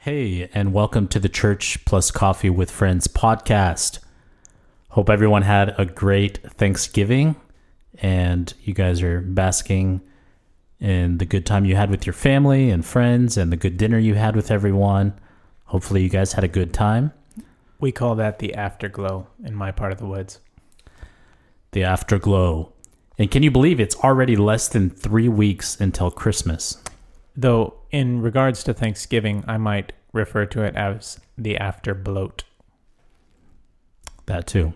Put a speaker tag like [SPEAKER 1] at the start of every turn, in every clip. [SPEAKER 1] Hey, and welcome to the Church Plus Coffee with Friends podcast. Hope everyone had a great Thanksgiving and you guys are basking in the good time you had with your family and friends and the good dinner you had with everyone. Hopefully, you guys had a good time.
[SPEAKER 2] We call that the afterglow in my part of the woods.
[SPEAKER 1] The afterglow. And can you believe it's already less than three weeks until Christmas?
[SPEAKER 2] Though, in regards to Thanksgiving, I might refer to it as the after bloat.
[SPEAKER 1] That too.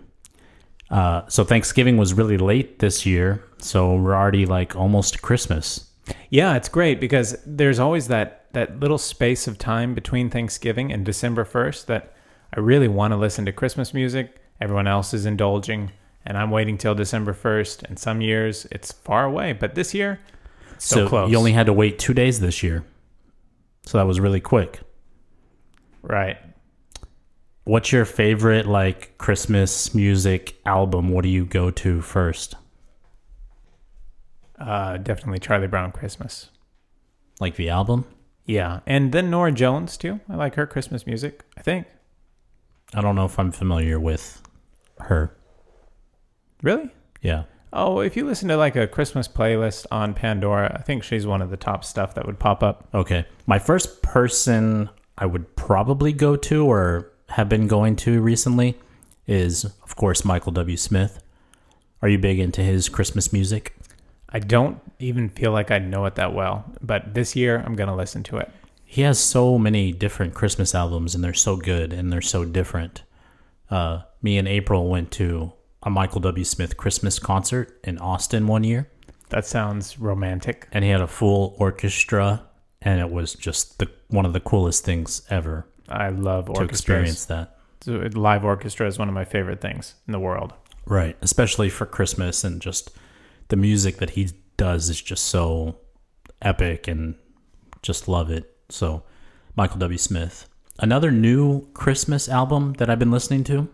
[SPEAKER 1] Uh, so Thanksgiving was really late this year, so we're already like almost Christmas.
[SPEAKER 2] Yeah, it's great because there's always that, that little space of time between Thanksgiving and December 1st that I really want to listen to Christmas music. Everyone else is indulging, and I'm waiting till December 1st. And some years it's far away, but this year, so, close.
[SPEAKER 1] you only had to wait two days this year, so that was really quick.
[SPEAKER 2] right.
[SPEAKER 1] What's your favorite like Christmas music album? What do you go to first?
[SPEAKER 2] Uh, definitely Charlie Brown Christmas.
[SPEAKER 1] Like the album?
[SPEAKER 2] Yeah, and then Nora Jones too. I like her Christmas music. I think.
[SPEAKER 1] I don't know if I'm familiar with her.
[SPEAKER 2] Really?
[SPEAKER 1] Yeah.
[SPEAKER 2] Oh, if you listen to like a Christmas playlist on Pandora, I think she's one of the top stuff that would pop up.
[SPEAKER 1] Okay. My first person I would probably go to or have been going to recently is, of course, Michael W. Smith. Are you big into his Christmas music?
[SPEAKER 2] I don't even feel like I know it that well, but this year I'm going to listen to it.
[SPEAKER 1] He has so many different Christmas albums, and they're so good and they're so different. Uh, me and April went to a Michael W. Smith Christmas concert in Austin one year,
[SPEAKER 2] That sounds romantic.
[SPEAKER 1] and he had a full orchestra, and it was just the one of the coolest things ever
[SPEAKER 2] I love
[SPEAKER 1] to
[SPEAKER 2] orchestras.
[SPEAKER 1] experience that.
[SPEAKER 2] So, Live orchestra is one of my favorite things in the world.
[SPEAKER 1] Right. Especially for Christmas and just the music that he does is just so epic and just love it. So, Michael W. Smith. Another new Christmas album that I've been listening to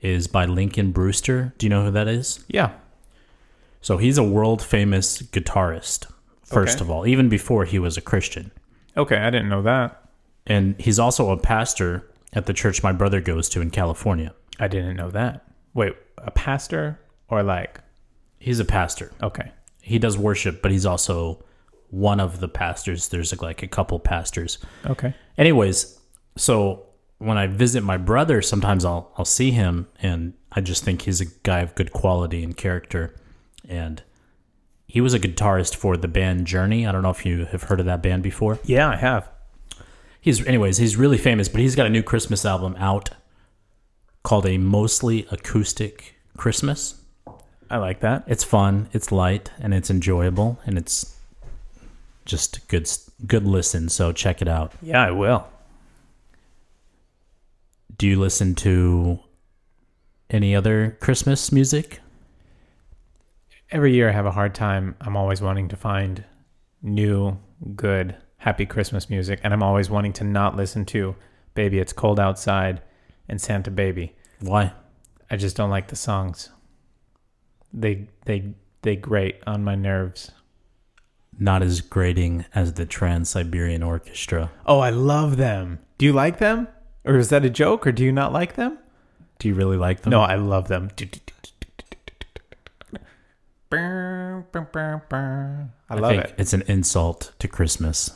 [SPEAKER 1] is by Lincoln Brewster. Do you know who that is?
[SPEAKER 2] Yeah.
[SPEAKER 1] So, he's a world famous guitarist, first
[SPEAKER 2] Okay.
[SPEAKER 1] of all, even before he was a Christian.
[SPEAKER 2] Okay, I didn't know that.
[SPEAKER 1] And he's also a pastor at the church my brother goes to in California.
[SPEAKER 2] I didn't know that. Wait, a pastor or like?
[SPEAKER 1] He's a pastor.
[SPEAKER 2] Okay.
[SPEAKER 1] he does worship, but he's also one of the pastors. There's like, a couple pastors.
[SPEAKER 2] Okay.
[SPEAKER 1] Anyways, so when I visit my brother, sometimes I'll I'll see him, and I just think he's a guy of good quality and character. And he was a guitarist for the band Journey. I don't know if you have heard of that band before.
[SPEAKER 2] Yeah, I have.
[SPEAKER 1] He's anyways, he's really famous, but he's got a new Christmas album out called A Mostly Acoustic Christmas.
[SPEAKER 2] I like that.
[SPEAKER 1] It's fun, it's light, and it's enjoyable, and it's just good s- good listen. So check it out.
[SPEAKER 2] Yeah, I will.
[SPEAKER 1] Do you listen to any other Christmas music?
[SPEAKER 2] Every year I have a hard time. I'm always wanting to find new, good, happy Christmas music, and I'm always wanting to not listen to Baby It's Cold Outside and Santa Baby.
[SPEAKER 1] Why?
[SPEAKER 2] I just don't like the songs. They they they grate on my nerves.
[SPEAKER 1] Not as grating as the Trans Siberian Orchestra.
[SPEAKER 2] Oh, I love them. Do you like them? Or is that a joke or do you not like them?
[SPEAKER 1] Do you really like them?
[SPEAKER 2] No, I love them. I
[SPEAKER 1] I
[SPEAKER 2] love
[SPEAKER 1] think
[SPEAKER 2] it.
[SPEAKER 1] it's an insult to Christmas.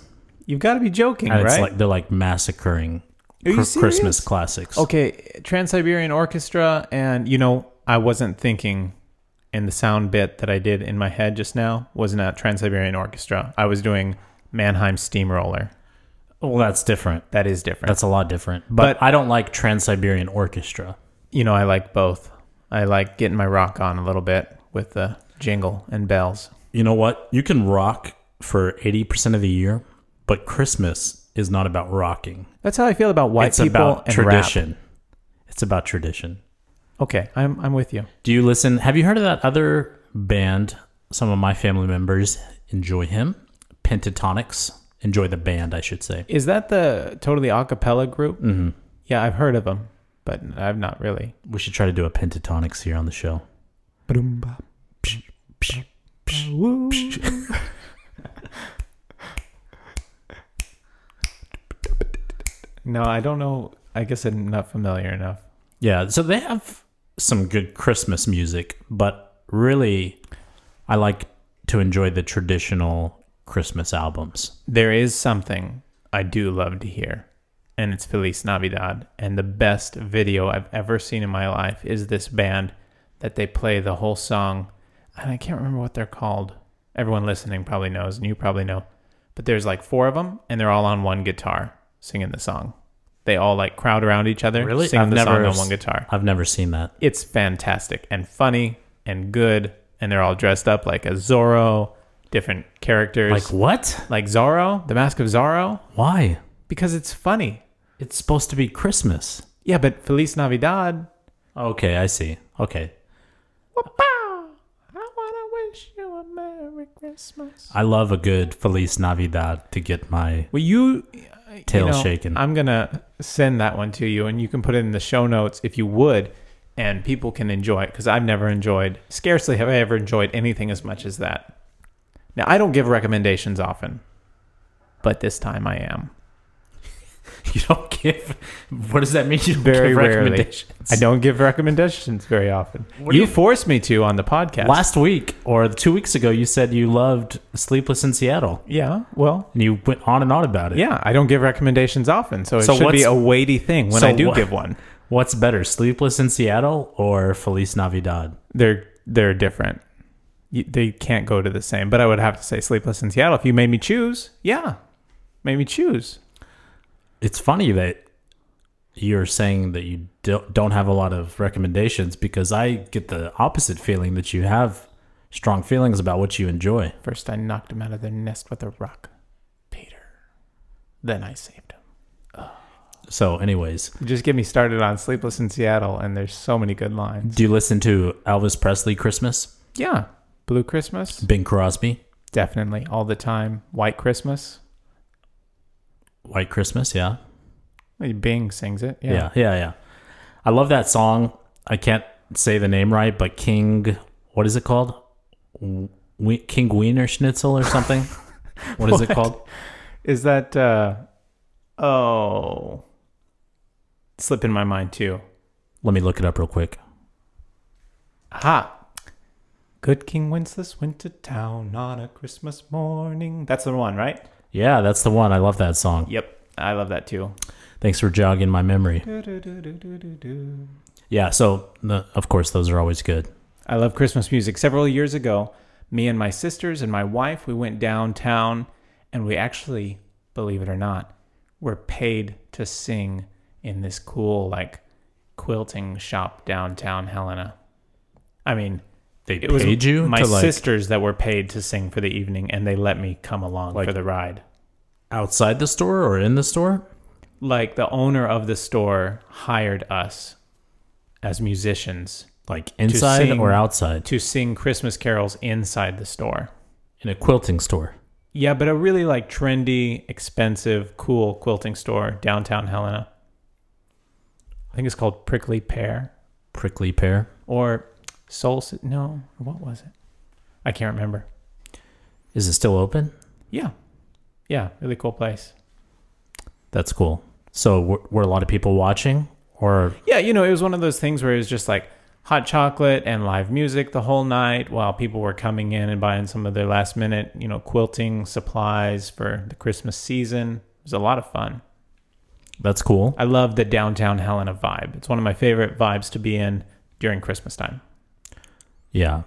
[SPEAKER 2] You've got to be joking,
[SPEAKER 1] And it's
[SPEAKER 2] right?
[SPEAKER 1] like they're like massacring
[SPEAKER 2] Are you
[SPEAKER 1] cr-
[SPEAKER 2] serious?
[SPEAKER 1] Christmas classics.
[SPEAKER 2] Okay, Trans Siberian Orchestra, and you know, I wasn't thinking, and the sound bit that I did in my head just now was not Trans Siberian Orchestra. I was doing Mannheim Steamroller.
[SPEAKER 1] Well, that's different.
[SPEAKER 2] That is different.
[SPEAKER 1] That's a lot different. But,
[SPEAKER 2] But-
[SPEAKER 1] I don't like Trans Siberian Orchestra.
[SPEAKER 2] you know, I like both. I like getting my rock on a little bit with the jingle and bells.
[SPEAKER 1] you know what? You can rock for 80% of the year, but Christmas is not about rocking.
[SPEAKER 2] That's how I feel about white
[SPEAKER 1] it's
[SPEAKER 2] people
[SPEAKER 1] about
[SPEAKER 2] and
[SPEAKER 1] tradition. It's about tradition.
[SPEAKER 2] Rap. Okay, I'm I'm with you.
[SPEAKER 1] Do you listen? Have you heard of that other band? Some of my family members enjoy him. Pentatonics. Enjoy the band, I should say.
[SPEAKER 2] Is that the totally a cappella group? Mm-hmm. Yeah, I've heard of them, but I've not really.
[SPEAKER 1] We should try to do a Pentatonics here on the show.
[SPEAKER 2] No, I don't know. I guess I'm not familiar enough.
[SPEAKER 1] Yeah, so they have some good Christmas music, but really, I like to enjoy the traditional Christmas albums.
[SPEAKER 2] There is something I do love to hear, and it's Feliz Navidad. And the best video I've ever seen in my life is this band that they play the whole song, and I can't remember what they're called. Everyone listening probably knows, and you probably know. But there's like four of them, and they're all on one guitar singing the song. They all like crowd around each other,
[SPEAKER 1] Really?
[SPEAKER 2] singing
[SPEAKER 1] I've
[SPEAKER 2] the
[SPEAKER 1] never
[SPEAKER 2] song on
[SPEAKER 1] s-
[SPEAKER 2] one guitar.
[SPEAKER 1] I've never seen that.
[SPEAKER 2] It's fantastic and funny and good, and they're all dressed up like a Zorro, different characters
[SPEAKER 1] Like, what?
[SPEAKER 2] like Zorro, The Mask of Zorro,
[SPEAKER 1] Why?
[SPEAKER 2] because it's funny.
[SPEAKER 1] It's supposed to be Christmas.
[SPEAKER 2] Yeah, but Feliz Navidad.
[SPEAKER 1] Okay, I see. Okay.
[SPEAKER 2] Whoop-pow! I wanna wish you a Merry Christmas.
[SPEAKER 1] I love a good Feliz Navidad to get my.
[SPEAKER 2] Well, you uh, you
[SPEAKER 1] Tail
[SPEAKER 2] know,
[SPEAKER 1] shaking.
[SPEAKER 2] I'm gonna send that one to you, and you can put it in the show notes if you would, and people can enjoy it because I've never enjoyed. Scarcely have I ever enjoyed anything as much as that. Now I don't give recommendations often, but this time I am.
[SPEAKER 1] You don't give. What does that mean? You don't
[SPEAKER 2] Very
[SPEAKER 1] give
[SPEAKER 2] rarely.
[SPEAKER 1] recommendations.
[SPEAKER 2] I don't give recommendations very often.
[SPEAKER 1] What do
[SPEAKER 2] You,
[SPEAKER 1] you-
[SPEAKER 2] forced me to on the podcast.
[SPEAKER 1] Last week or two weeks ago, you said you loved Sleepless in Seattle,
[SPEAKER 2] yeah, well,
[SPEAKER 1] and you went on and on about it.
[SPEAKER 2] Yeah, I don't give recommendations often, so it
[SPEAKER 1] So
[SPEAKER 2] should be
[SPEAKER 1] what's-
[SPEAKER 2] a weighty thing when
[SPEAKER 1] so
[SPEAKER 2] I do
[SPEAKER 1] what-
[SPEAKER 2] give one.
[SPEAKER 1] What's better, Sleepless in Seattle or Feliz Navidad?
[SPEAKER 2] They're they're different. You, they can't go to the same. But I would have to say Sleepless in Seattle. If you made me choose, yeah, made me choose.
[SPEAKER 1] It's funny that you're saying that you don't don't have a lot of recommendations because I get the opposite feeling that you have strong feelings about what you enjoy.
[SPEAKER 2] First, I knocked them out of their nest with a rock, Peter. Then I saved him.
[SPEAKER 1] So, anyways,
[SPEAKER 2] Just get me started on Sleepless in Seattle, and there's so many good lines.
[SPEAKER 1] do you listen to Elvis Presley Christmas?
[SPEAKER 2] Yeah, Blue Christmas,
[SPEAKER 1] Bing Crosby,
[SPEAKER 2] definitely all the time. White Christmas,
[SPEAKER 1] White Christmas, yeah.
[SPEAKER 2] Bing sings it.
[SPEAKER 1] Yeah, yeah, yeah. I love that song. I can't say the name right, but King, what is it called? We, King Wiener Schnitzel or something? what is it called?
[SPEAKER 2] Is that uh oh slip in my mind too.
[SPEAKER 1] Let me look it up real quick.
[SPEAKER 2] Aha. Good King Wenceslas went to town on a Christmas morning. That's the one, right?
[SPEAKER 1] Yeah, that's the one. I love that song.
[SPEAKER 2] Yep. I love that too.
[SPEAKER 1] Thanks for jogging my memory.
[SPEAKER 2] Do-do-do-do-do-do.
[SPEAKER 1] Yeah, so the, of course those are always good.
[SPEAKER 2] I love Christmas music. Several years ago, me and my sisters and my wife, we went downtown and we actually, believe it or not, were paid to sing in this cool like quilting shop downtown Helena. I mean,
[SPEAKER 1] They
[SPEAKER 2] it was
[SPEAKER 1] paid you
[SPEAKER 2] my
[SPEAKER 1] to like
[SPEAKER 2] sisters that were paid to sing for the evening and they let me come along
[SPEAKER 1] Like-
[SPEAKER 2] for the ride.
[SPEAKER 1] outside the store or in the store?
[SPEAKER 2] Like the owner of the store hired us as musicians
[SPEAKER 1] Like inside
[SPEAKER 2] sing-
[SPEAKER 1] or outside?
[SPEAKER 2] to sing Christmas carols inside the store.
[SPEAKER 1] In a quilting store.
[SPEAKER 2] Yeah, but a really like trendy, expensive, cool quilting store downtown Helena. I think it's called Prickly Pear
[SPEAKER 1] Prickly pear.
[SPEAKER 2] or Soul. Si- No, what was it? I can't remember.
[SPEAKER 1] Is it still open?
[SPEAKER 2] Yeah, yeah, really cool place.
[SPEAKER 1] That's cool. So were, were a lot of people watching or
[SPEAKER 2] Yeah, you know, it was one of those things where it was just like hot chocolate and live music the whole night while people were coming in and buying some of their last minute, you know, quilting supplies for the Christmas season. It was a lot of fun.
[SPEAKER 1] that's cool.
[SPEAKER 2] I love the downtown Helena vibe. It's one of my favorite vibes to be in during Christmas time.
[SPEAKER 1] Yeah.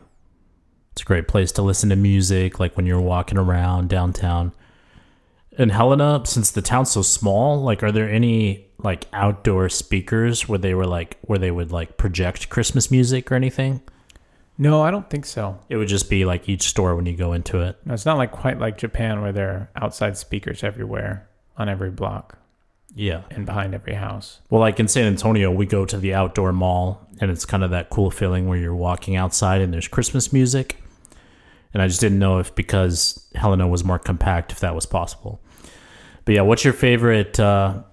[SPEAKER 1] It's a great place to listen to music like when you're walking around downtown. And Helena, since the town's so small, like are there any like outdoor speakers where they were like where they would like project Christmas music or anything?
[SPEAKER 2] No, I don't think so.
[SPEAKER 1] It would just be like each store when you go into it.
[SPEAKER 2] No, it's not like quite like Japan where there are outside speakers everywhere on every block
[SPEAKER 1] Yeah.
[SPEAKER 2] and behind every house.
[SPEAKER 1] Well, like in San Antonio, we go to the outdoor mall and it's kind of that cool feeling where you're walking outside and there's Christmas music. And I just didn't know if because Helena was more compact, if that was possible. But yeah, what's your favorite uh,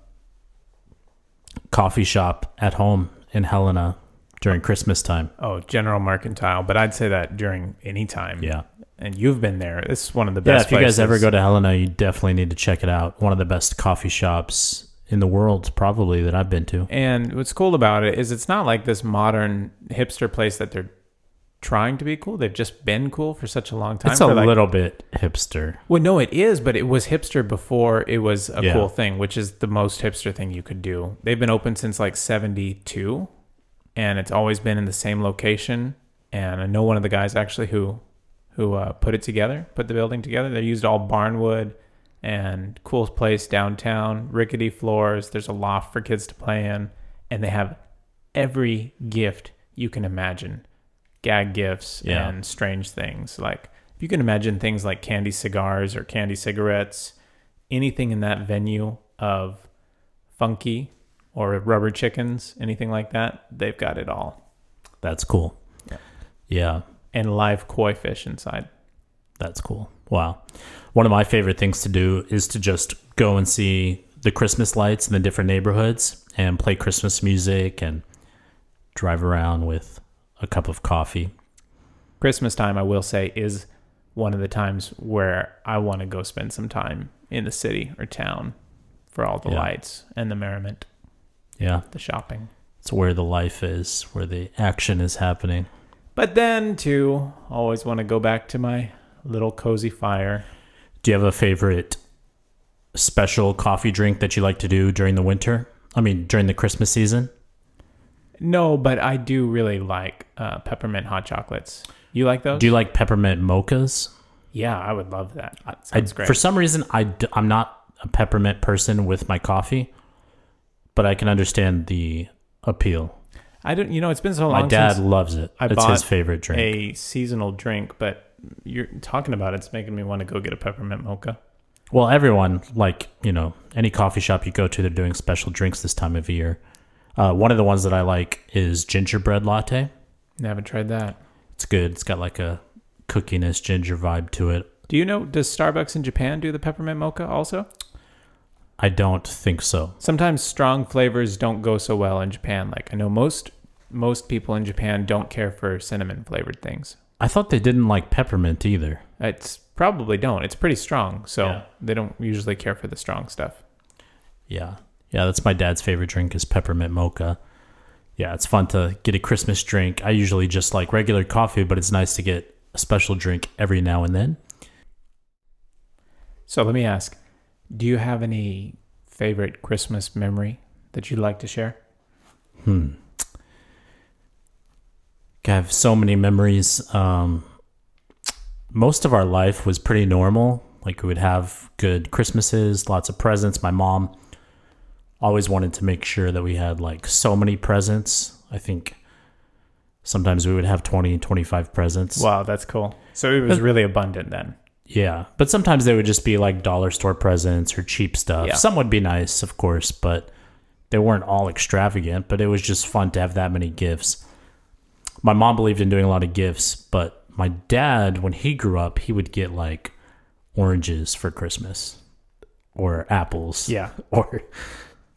[SPEAKER 1] coffee shop at home in Helena during Christmas time?
[SPEAKER 2] Oh, General Mercantile, but I'd say that during any time.
[SPEAKER 1] Yeah.
[SPEAKER 2] And you've been there. It's one of the
[SPEAKER 1] Yeah,
[SPEAKER 2] best
[SPEAKER 1] if you guys
[SPEAKER 2] places.
[SPEAKER 1] ever go to Helena, you definitely need to check it out. One of the best coffee shops in the world probably that I've been to.
[SPEAKER 2] And what's cool about it is it's not like this modern hipster place that they're trying to be cool. They've just been cool for such a long time.
[SPEAKER 1] It's a
[SPEAKER 2] for like-
[SPEAKER 1] little bit hipster.
[SPEAKER 2] Well, no, it is, but it was hipster before it was a
[SPEAKER 1] Yeah.
[SPEAKER 2] cool thing, which is the most hipster thing you could do. They've been open since like 72, and it's always been in the same location. And I know one of the guys actually who who uh, put it together, put the building together. They used all barnwood and cool place downtown, rickety floors. There's a loft for kids to play in, and they have every gift you can imagine gag gifts
[SPEAKER 1] Yeah.
[SPEAKER 2] and strange things. Like if you can imagine things like candy cigars or candy cigarettes, anything in that venue of funky or rubber chickens, anything like that, they've got it all.
[SPEAKER 1] That's cool. Yeah,
[SPEAKER 2] And live koi fish inside.
[SPEAKER 1] that's cool. Wow. One of my favorite things to do is to just go and see the Christmas lights in the different neighborhoods and play Christmas music and drive around with a cup of coffee.
[SPEAKER 2] Christmas time, I will say, is one of the times where I want to go spend some time in the city or town for all the
[SPEAKER 1] Yeah.
[SPEAKER 2] lights and the merriment,
[SPEAKER 1] Yeah,
[SPEAKER 2] the shopping.
[SPEAKER 1] it's where the life is, where the action is happening.
[SPEAKER 2] But then, too, I always want to go back to my little cozy fire.
[SPEAKER 1] Do you have a favorite special coffee drink that you like to do during the winter? I mean, during the Christmas season?
[SPEAKER 2] No, but I do really like uh, peppermint hot chocolates. You like those?
[SPEAKER 1] Do you like peppermint mochas?
[SPEAKER 2] yeah, I would love that. That
[SPEAKER 1] I,
[SPEAKER 2] sounds great.
[SPEAKER 1] For some reason, I d- I'm not a peppermint person with my coffee, but I can understand the appeal.
[SPEAKER 2] I don't. You know, it's been so long.
[SPEAKER 1] My dad
[SPEAKER 2] since
[SPEAKER 1] loves it.
[SPEAKER 2] I
[SPEAKER 1] it's his
[SPEAKER 2] bought
[SPEAKER 1] favorite drink.
[SPEAKER 2] a seasonal drink, but you're talking about it, it's making me want to go get a peppermint mocha.
[SPEAKER 1] well, everyone, like, you know, any coffee shop you go to, they're doing special drinks this time of year. Uh, one of the ones that I like is gingerbread latte.
[SPEAKER 2] Never tried that.
[SPEAKER 1] It's good. It's got like a cookiness ginger vibe to it.
[SPEAKER 2] Do you know? Does Starbucks in Japan do the peppermint mocha also?
[SPEAKER 1] I don't think so.
[SPEAKER 2] Sometimes strong flavors don't go so well in Japan. Like I know most most people in Japan don't care for cinnamon flavored things.
[SPEAKER 1] I thought they didn't like peppermint either.
[SPEAKER 2] It's probably don't. It's pretty strong, so
[SPEAKER 1] Yeah.
[SPEAKER 2] they don't usually care for the strong stuff.
[SPEAKER 1] Yeah. Yeah, that's my dad's favorite drink is peppermint mocha. Yeah, it's fun to get a Christmas drink. I usually just like regular coffee, but it's nice to get a special drink every now and then.
[SPEAKER 2] So let me ask, do you have any favorite Christmas memory that you'd like to share?
[SPEAKER 1] Hmm. I have so many memories. Um, most of our life was pretty normal. Like we would have good Christmases, lots of presents. My mom always wanted to make sure that we had like so many presents. I think sometimes we would have 20, 25 presents.
[SPEAKER 2] Wow, that's cool. Uh, So it was really abundant then.
[SPEAKER 1] Yeah, but sometimes they would just be like dollar store presents or cheap stuff.
[SPEAKER 2] Yeah.
[SPEAKER 1] Some would be nice, of course, but they weren't all extravagant, but it was just fun to have that many gifts. My mom believed in doing a lot of gifts, but my dad, when he grew up, he would get like oranges for Christmas or apples
[SPEAKER 2] Yeah.
[SPEAKER 1] or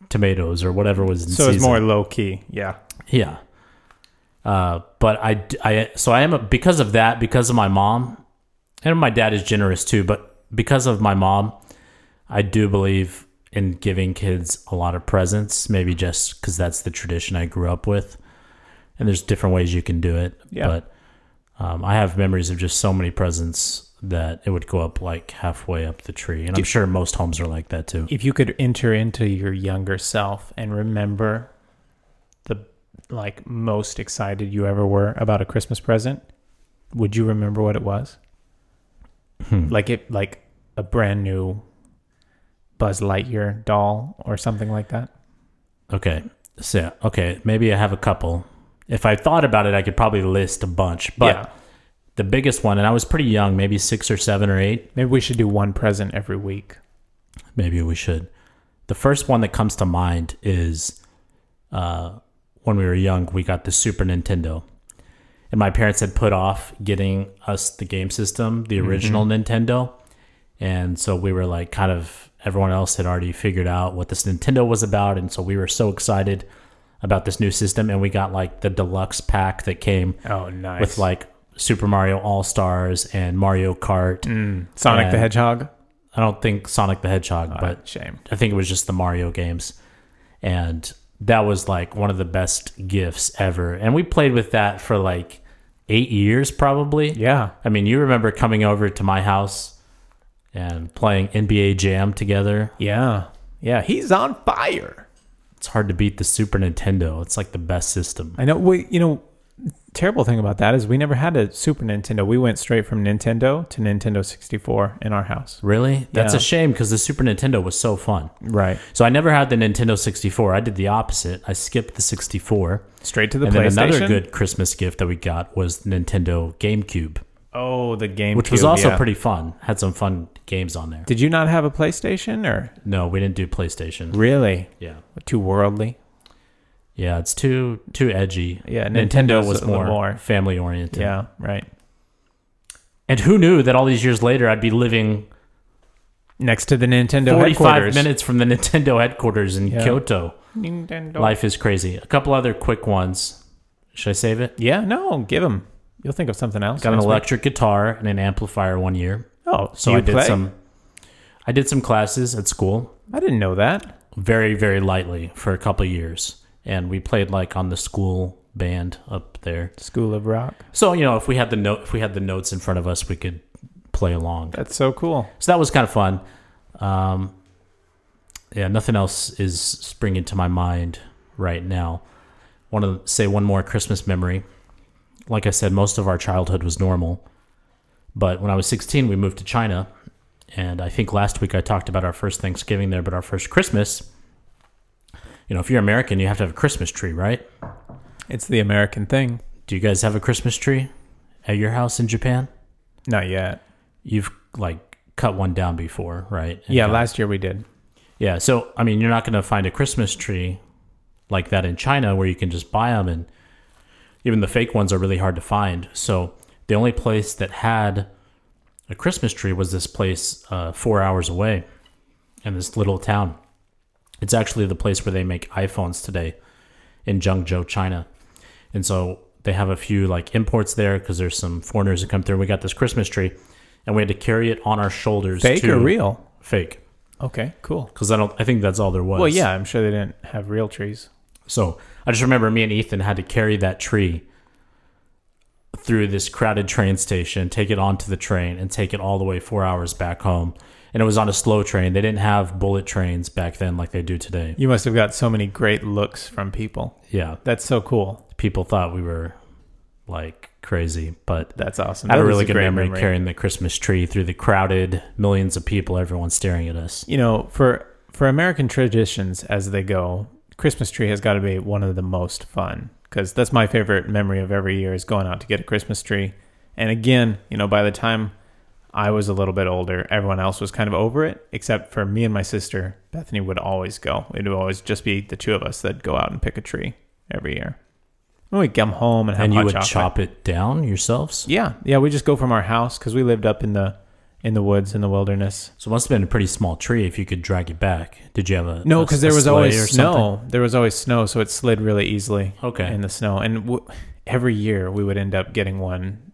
[SPEAKER 1] tomatoes or whatever was in
[SPEAKER 2] So
[SPEAKER 1] season.
[SPEAKER 2] it's more low key. Yeah.
[SPEAKER 1] Yeah. Uh, but I, d- I- so I am a, because of that, because of my mom, and my dad is generous too, but because of my mom, I do believe in giving kids a lot of presents, maybe just because that's the tradition I grew up with. And there's different ways you can do it.
[SPEAKER 2] Yeah.
[SPEAKER 1] But um, I have memories of just so many presents that it would go up like halfway up the tree. And I'm sure most homes are like that too.
[SPEAKER 2] if you could enter into your younger self and remember the like most excited you ever were about a christmas present would you remember what it was
[SPEAKER 1] Hmm.
[SPEAKER 2] like it like a brand new buzz lightyear doll or something like that
[SPEAKER 1] Okay. So, okay, maybe I have a couple. If I thought about it, I could probably list a bunch, but
[SPEAKER 2] yeah
[SPEAKER 1] the biggest one, and I was pretty young, maybe six or seven or eight,
[SPEAKER 2] maybe we should do one present every week
[SPEAKER 1] maybe we should. The first one that comes to mind is uh, when we were young, we got the Super Nintendo. And my parents had put off getting us the game system, the original Nintendo. And so we were like, kind of, everyone else had already figured out what this Nintendo was about. And so we were so excited about this new system. And we got like the deluxe pack that came
[SPEAKER 2] oh nice
[SPEAKER 1] with like Super Mario All Stars and Mario Kart.
[SPEAKER 2] sonic the
[SPEAKER 1] and-
[SPEAKER 2] hedgehog
[SPEAKER 1] I don't think Sonic the Hedgehog,
[SPEAKER 2] Oh,
[SPEAKER 1] but
[SPEAKER 2] shame
[SPEAKER 1] I think it was just the Mario games. and that was like one of the best gifts ever. And we played with that for like eight years, probably.
[SPEAKER 2] Yeah.
[SPEAKER 1] I mean, you remember coming over to my house and playing NBA Jam together.
[SPEAKER 2] Yeah. Yeah. He's on fire.
[SPEAKER 1] It's hard to beat the Super Nintendo. It's like the best system.
[SPEAKER 2] I know. We, you know, terrible thing about that is we never had a Super Nintendo. We went straight from Nintendo to Nintendo 64 in our house.
[SPEAKER 1] Really? That's a
[SPEAKER 2] Yeah.
[SPEAKER 1] shame because the Super Nintendo was so fun.
[SPEAKER 2] Right.
[SPEAKER 1] So I never had the Nintendo 64. I did the opposite. I skipped the 64.
[SPEAKER 2] Straight to the
[SPEAKER 1] and then
[SPEAKER 2] PlayStation.
[SPEAKER 1] another good Christmas gift that we got was Nintendo GameCube,
[SPEAKER 2] Oh, the game.
[SPEAKER 1] which was also pretty fun. Had some fun games on there.
[SPEAKER 2] Did you not have a PlayStation or
[SPEAKER 1] No, we didn't do PlayStation.
[SPEAKER 2] really
[SPEAKER 1] Yeah.
[SPEAKER 2] too worldly?
[SPEAKER 1] Yeah, it's too too edgy.
[SPEAKER 2] Yeah,
[SPEAKER 1] Nintendo
[SPEAKER 2] Nintendo's
[SPEAKER 1] was
[SPEAKER 2] a little
[SPEAKER 1] more,
[SPEAKER 2] more-
[SPEAKER 1] family oriented.
[SPEAKER 2] Yeah. Right.
[SPEAKER 1] And who knew that all these years later I'd be living
[SPEAKER 2] Next to the Nintendo
[SPEAKER 1] 45
[SPEAKER 2] headquarters.
[SPEAKER 1] minutes from the Nintendo headquarters in
[SPEAKER 2] Yeah.
[SPEAKER 1] Kyoto.
[SPEAKER 2] Nintendo.
[SPEAKER 1] Life is crazy. A couple other quick ones. Should I save it?
[SPEAKER 2] Yeah. No. Give him. You'll think of something else.
[SPEAKER 1] Got an
[SPEAKER 2] next week.
[SPEAKER 1] electric guitar and an amplifier one year.
[SPEAKER 2] Oh,
[SPEAKER 1] So
[SPEAKER 2] you
[SPEAKER 1] I did
[SPEAKER 2] play?
[SPEAKER 1] some I did some classes at school.
[SPEAKER 2] I didn't know that.
[SPEAKER 1] very very lightly for a couple of years and we played like on the school band up there
[SPEAKER 2] School of Rock.
[SPEAKER 1] so you know if we had the note if we had the notes in front of us we could play along
[SPEAKER 2] That's so cool.
[SPEAKER 1] so that was kind of fun um yeah nothing else is springing to my mind right now want to say one more christmas memory like i said most of our childhood was normal but when i was 16 we moved to china and i think last week i talked about our first thanksgiving there but our first christmas you know if you're american you have to have a christmas tree right
[SPEAKER 2] It's the American thing.
[SPEAKER 1] do you guys have a christmas tree at your house in japan
[SPEAKER 2] Not yet.
[SPEAKER 1] you've like cut one down before right And
[SPEAKER 2] Yeah,
[SPEAKER 1] got-
[SPEAKER 2] last year we did.
[SPEAKER 1] Yeah, so I mean, you're not going to find a Christmas tree like that in China where you can just buy them, and even the fake ones are really hard to find. So the only place that had a Christmas tree was this place uh, four hours away in this little town. It's actually the place where they make iPhones today in Zhengzhou, China, and so they have a few like imports there because there's some foreigners that come through. We got this Christmas tree, and we had to carry it on our shoulders.
[SPEAKER 2] Fake
[SPEAKER 1] to,
[SPEAKER 2] or real?
[SPEAKER 1] Fake
[SPEAKER 2] Okay, cool.
[SPEAKER 1] because I don't. I think that's all there was.
[SPEAKER 2] Well, yeah, I'm sure they didn't have real trees.
[SPEAKER 1] So I just remember me and Ethan had to carry that tree through this crowded train station, take it onto the train, and take it all the way four hours back home. And it was on a slow train. They didn't have bullet trains back then like they do today.
[SPEAKER 2] You must have got so many great looks from people.
[SPEAKER 1] Yeah,
[SPEAKER 2] That's so cool.
[SPEAKER 1] people thought we were like crazy, but
[SPEAKER 2] That's awesome.
[SPEAKER 1] I had
[SPEAKER 2] That
[SPEAKER 1] a
[SPEAKER 2] was
[SPEAKER 1] really good
[SPEAKER 2] great
[SPEAKER 1] memory, carrying the Christmas tree through the crowded millions of people, everyone staring at us.
[SPEAKER 2] You know, for for American traditions as they go, Christmas tree has got to be one of the most fun because that's my favorite memory of every year is going out to get a Christmas tree. And again, you know, by the time I was a little bit older, everyone else was kind of over it, except for me and my sister. Bethany would always go. It would always just be the two of us that go out and pick a tree every year. And we'd come home and have
[SPEAKER 1] And you
[SPEAKER 2] hot
[SPEAKER 1] would
[SPEAKER 2] chocolate.
[SPEAKER 1] chop it down yourselves?
[SPEAKER 2] Yeah, yeah. We just go from our house because we lived up in the in the woods in the wilderness.
[SPEAKER 1] So it must have been a pretty small tree if you could drag it back. Did you have a
[SPEAKER 2] No,
[SPEAKER 1] a-
[SPEAKER 2] because
[SPEAKER 1] a
[SPEAKER 2] there was
[SPEAKER 1] sleigh
[SPEAKER 2] always
[SPEAKER 1] or something?
[SPEAKER 2] snow. There was always snow, so it slid really easily.
[SPEAKER 1] Okay.
[SPEAKER 2] In the snow, and w- every year we would end up getting one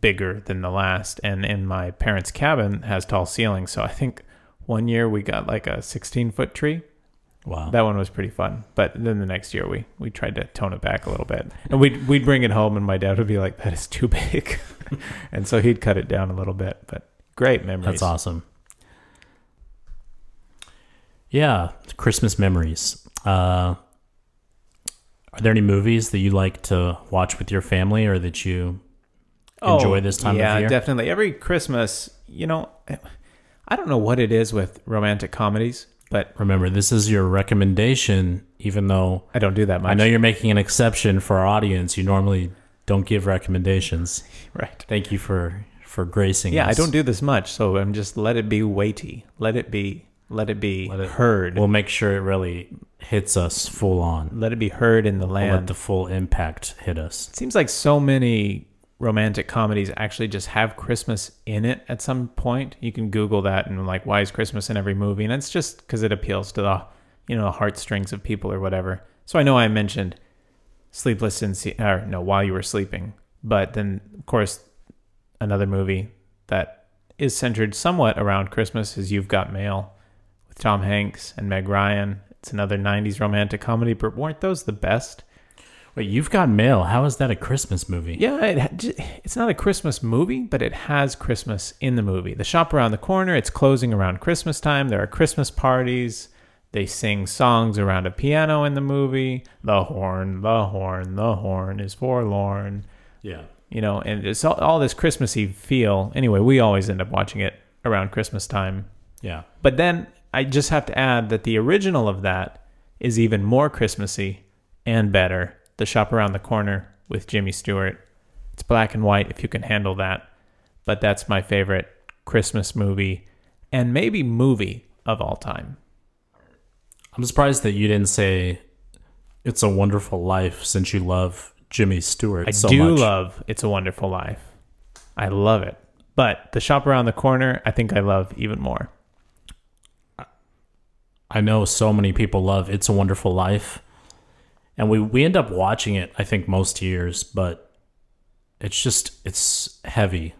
[SPEAKER 2] bigger than the last. And in my parents' cabin has tall ceilings, so I think one year we got like a 16 foot tree.
[SPEAKER 1] Wow.
[SPEAKER 2] That one was pretty fun. But then the next year we we tried to tone it back a little bit, and we'd we'd bring it home, and my dad would be like, "That is too big," and so he'd cut it down a little bit. But great memories.
[SPEAKER 1] That's awesome. Yeah, Christmas memories. Uh, are there any movies that you like to watch with your family or that you enjoy this time of
[SPEAKER 2] Oh, yeah,
[SPEAKER 1] year?
[SPEAKER 2] definitely. Every Christmas, you know, I don't know what it is with romantic comedies, but
[SPEAKER 1] remember? This is your recommendation, even though
[SPEAKER 2] I don't do that much.
[SPEAKER 1] I know you're making an exception for our audience. You normally don't give recommendations.
[SPEAKER 2] right.
[SPEAKER 1] Thank you for for gracing.
[SPEAKER 2] Yeah, I
[SPEAKER 1] us.
[SPEAKER 2] don't do this much, so I'm just let it be weighty. Let it be let it be
[SPEAKER 1] Let it-
[SPEAKER 2] heard.
[SPEAKER 1] We'll make sure it really hits us full on.
[SPEAKER 2] let it be heard in the
[SPEAKER 1] We'll
[SPEAKER 2] land.
[SPEAKER 1] let the full impact hit us.
[SPEAKER 2] it seems like so many romantic comedies actually just have Christmas in it at some point. You can Google that and like why is Christmas in every movie? And it's just because it appeals to the you know the heartstrings of people or whatever. So I know I mentioned Sleepless in Se- or no While You Were Sleeping, but then of course another movie that is centered somewhat around Christmas is You've Got Mail with Tom Hanks and Meg Ryan It's another 90s romantic comedy, but weren't those the best?
[SPEAKER 1] Wait, you've got mail. How is that a Christmas movie?
[SPEAKER 2] Yeah, it, ha- j- it's not a Christmas movie, but it has Christmas in the movie. The shop around the corner, it's closing around Christmas time. There are Christmas parties. They sing songs around a piano in the movie. The horn, the horn, the horn is forlorn.
[SPEAKER 1] Yeah.
[SPEAKER 2] You know, and it's all, all this Christmassy feel. Anyway, we always end up watching it around Christmas time.
[SPEAKER 1] Yeah.
[SPEAKER 2] But then I just have to add that the original of that is even more Christmassy and better. The Shop Around the Corner with Jimmy Stewart. It's black and white if you can handle that. But that's my favorite Christmas movie and maybe movie of all time.
[SPEAKER 1] I'm surprised that you didn't say It's a Wonderful Life since you love Jimmy Stewart
[SPEAKER 2] I
[SPEAKER 1] so
[SPEAKER 2] do
[SPEAKER 1] much.
[SPEAKER 2] love It's a Wonderful Life. I love it. But The Shop Around the Corner, I think I love even more.
[SPEAKER 1] I know so many people love It's a Wonderful Life. And we, we end up watching it, I think, most years, but it's just, it's heavy.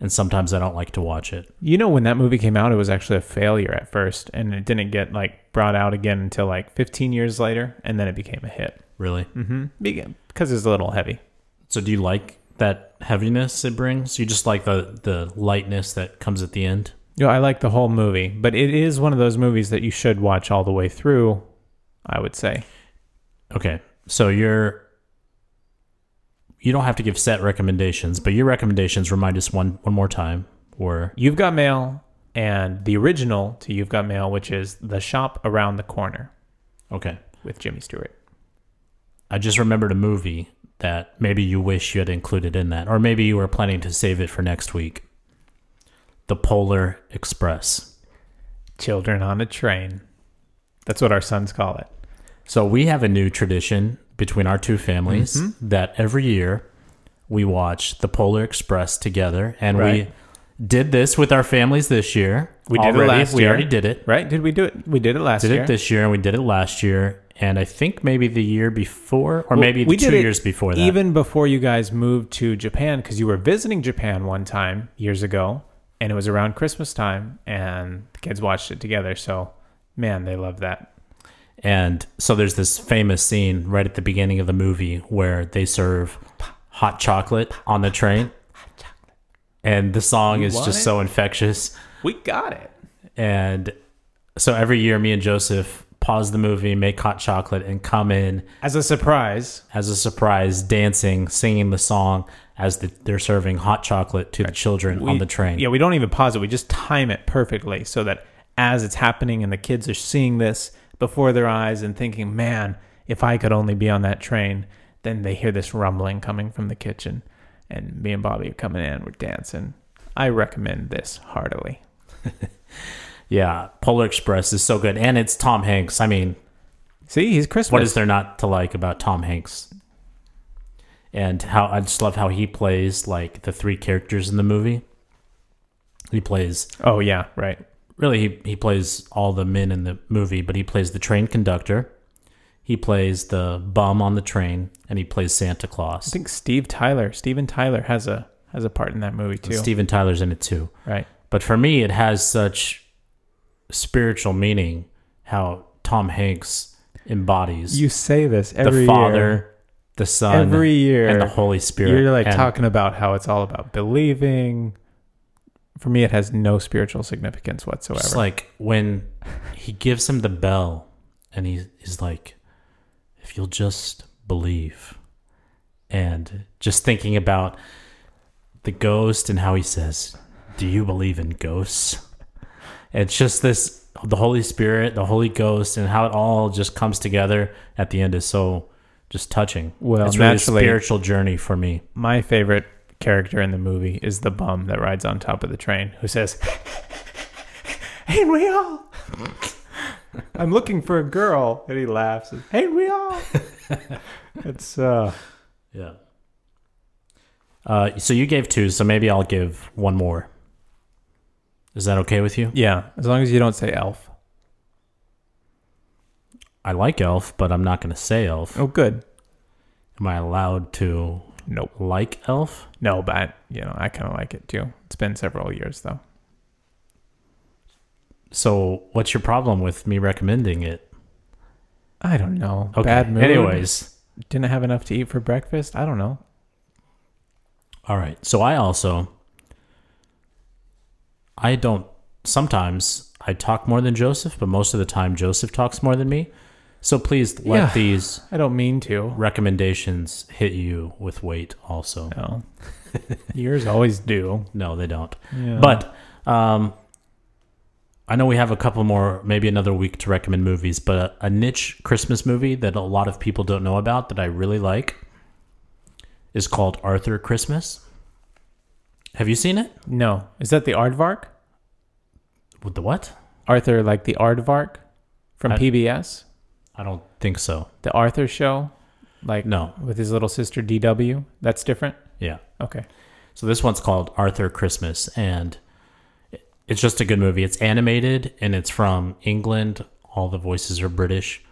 [SPEAKER 1] And sometimes I don't like to watch it.
[SPEAKER 2] You know, when that movie came out, it was actually a failure at first, and it didn't get like brought out again until like 15 years later, and then it became a hit.
[SPEAKER 1] Really?
[SPEAKER 2] Mm-hmm. Because it's a little heavy.
[SPEAKER 1] So do you like that heaviness it brings? You just like the, the lightness that comes at the end?
[SPEAKER 2] You know, I like the whole movie, but it is one of those movies that you should watch all the way through. I would say
[SPEAKER 1] Okay. So you're you don't have to give set recommendations, but your recommendations remind us one one more time were
[SPEAKER 2] You've Got Mail and the original to You've Got Mail, which is The Shop Around the Corner
[SPEAKER 1] okay.
[SPEAKER 2] with Jimmy Stewart.
[SPEAKER 1] I just remembered a movie that maybe you wish you had included in that, or maybe you were planning to save it for next week. The Polar Express.
[SPEAKER 2] Children on a Train. That's what our sons call it.
[SPEAKER 1] So we have a new tradition between our two families
[SPEAKER 2] Mm-hmm.
[SPEAKER 1] that every year we watch The Polar Express together, and
[SPEAKER 2] Right.
[SPEAKER 1] we did this with our families this year.
[SPEAKER 2] We did it
[SPEAKER 1] already.
[SPEAKER 2] last
[SPEAKER 1] We
[SPEAKER 2] year.
[SPEAKER 1] already did it.
[SPEAKER 2] Right? Did we do it? We did it last
[SPEAKER 1] did
[SPEAKER 2] year.
[SPEAKER 1] it this year and we did it last year and i think maybe the year before or
[SPEAKER 2] Well,
[SPEAKER 1] maybe
[SPEAKER 2] we
[SPEAKER 1] two
[SPEAKER 2] did it
[SPEAKER 1] years before that
[SPEAKER 2] Even before you guys moved to Japan, because you were visiting Japan one time years ago, and it was around Christmas time, and the kids watched it together. So, man, they love that.
[SPEAKER 1] and so there's this famous scene right at the beginning of the movie where they serve hot chocolate on the train and the song is
[SPEAKER 2] want
[SPEAKER 1] just
[SPEAKER 2] it?
[SPEAKER 1] so infectious
[SPEAKER 2] We got it.
[SPEAKER 1] and so every year me and joseph pause the movie make hot chocolate and come in
[SPEAKER 2] As a surprise,
[SPEAKER 1] as a surprise dancing singing the song as the, they're serving hot chocolate to the children on
[SPEAKER 2] we-
[SPEAKER 1] the train
[SPEAKER 2] Yeah, we don't even pause it. We just time it perfectly so that as it's happening and the kids are seeing this before their eyes and thinking, man, if I could only be on that train, then they hear this rumbling coming from the kitchen. And me and Bobby are coming in, we're dancing. I recommend this heartily.
[SPEAKER 1] Yeah, Polar Express is so good, and it's Tom Hanks. I mean,
[SPEAKER 2] See, he's Christmas.
[SPEAKER 1] what is there not to like about Tom Hanks? And how I just love how he plays like the three characters in the movie. He plays
[SPEAKER 2] Oh, yeah, right.
[SPEAKER 1] really he, he plays all the men in the movie, but he plays the train conductor, he plays the bum on the train, and he plays Santa
[SPEAKER 2] I
[SPEAKER 1] Claus.
[SPEAKER 2] think Steve Tyler, Steven Tyler has a has a part in that movie too.
[SPEAKER 1] Steven Tyler's in it too.
[SPEAKER 2] Right.
[SPEAKER 1] But for me, it has such spiritual meaning how Tom Hanks embodies
[SPEAKER 2] You say this every
[SPEAKER 1] the
[SPEAKER 2] year.
[SPEAKER 1] Father, the Son,
[SPEAKER 2] Every year.
[SPEAKER 1] and the Holy Spirit.
[SPEAKER 2] You're like
[SPEAKER 1] And
[SPEAKER 2] talking about how it's all about believing. For me, it has no spiritual significance whatsoever.
[SPEAKER 1] Just like when he gives him the bell, and he is like, "If you'll just believe," and just thinking about the ghost and how he says, "Do you believe in ghosts?" It's just this the Holy Spirit, the Holy Ghost, and how it all just comes together at the end is so just touching.
[SPEAKER 2] Well,
[SPEAKER 1] it's really a
[SPEAKER 2] naturally-
[SPEAKER 1] spiritual journey for me.
[SPEAKER 2] My favorite character in the movie is the bum that rides on top of the train who says, Ain't we all? I'm looking for a girl. And he laughs. and, Ain't we all? it's, uh,
[SPEAKER 1] Yeah. Uh, so you gave two, so maybe I'll give one more. Is that okay with you?
[SPEAKER 2] yeah, as long as you don't say elf.
[SPEAKER 1] I like Elf, but I'm not going to say Elf.
[SPEAKER 2] Oh, good.
[SPEAKER 1] Am I allowed to
[SPEAKER 2] Nope.
[SPEAKER 1] like Elf?
[SPEAKER 2] No, but, you know, I kind of like it too. It's been several years, though.
[SPEAKER 1] So what's your problem with me recommending it?
[SPEAKER 2] I don't know.
[SPEAKER 1] Okay.
[SPEAKER 2] Bad mood.
[SPEAKER 1] Anyways,
[SPEAKER 2] didn't have enough to eat for breakfast. I don't know.
[SPEAKER 1] all right. So I also, I don't. Sometimes I talk more than Joseph, but most of the time Joseph talks more than me. So please let
[SPEAKER 2] Yeah.
[SPEAKER 1] these
[SPEAKER 2] I don't mean to.
[SPEAKER 1] recommendations hit you with weight. Also,
[SPEAKER 2] No. Yours always do.
[SPEAKER 1] no, they don't.
[SPEAKER 2] Yeah.
[SPEAKER 1] But um, I know we have a couple more, maybe another week to recommend movies, but a, a niche Christmas movie that a lot of people don't know about that I really like is called Arthur Christmas. Have you seen it?
[SPEAKER 2] no, is that the aardvark?
[SPEAKER 1] With the what?
[SPEAKER 2] Arthur, like the aardvark from
[SPEAKER 1] I-
[SPEAKER 2] PBS,
[SPEAKER 1] I don't think so.
[SPEAKER 2] the Arthur show, like
[SPEAKER 1] No.
[SPEAKER 2] with his little sister DW. That's different.
[SPEAKER 1] Yeah.
[SPEAKER 2] Okay.
[SPEAKER 1] So this one's called Arthur Christmas, and it's just a good movie. It's animated and it's from England. All the voices are British,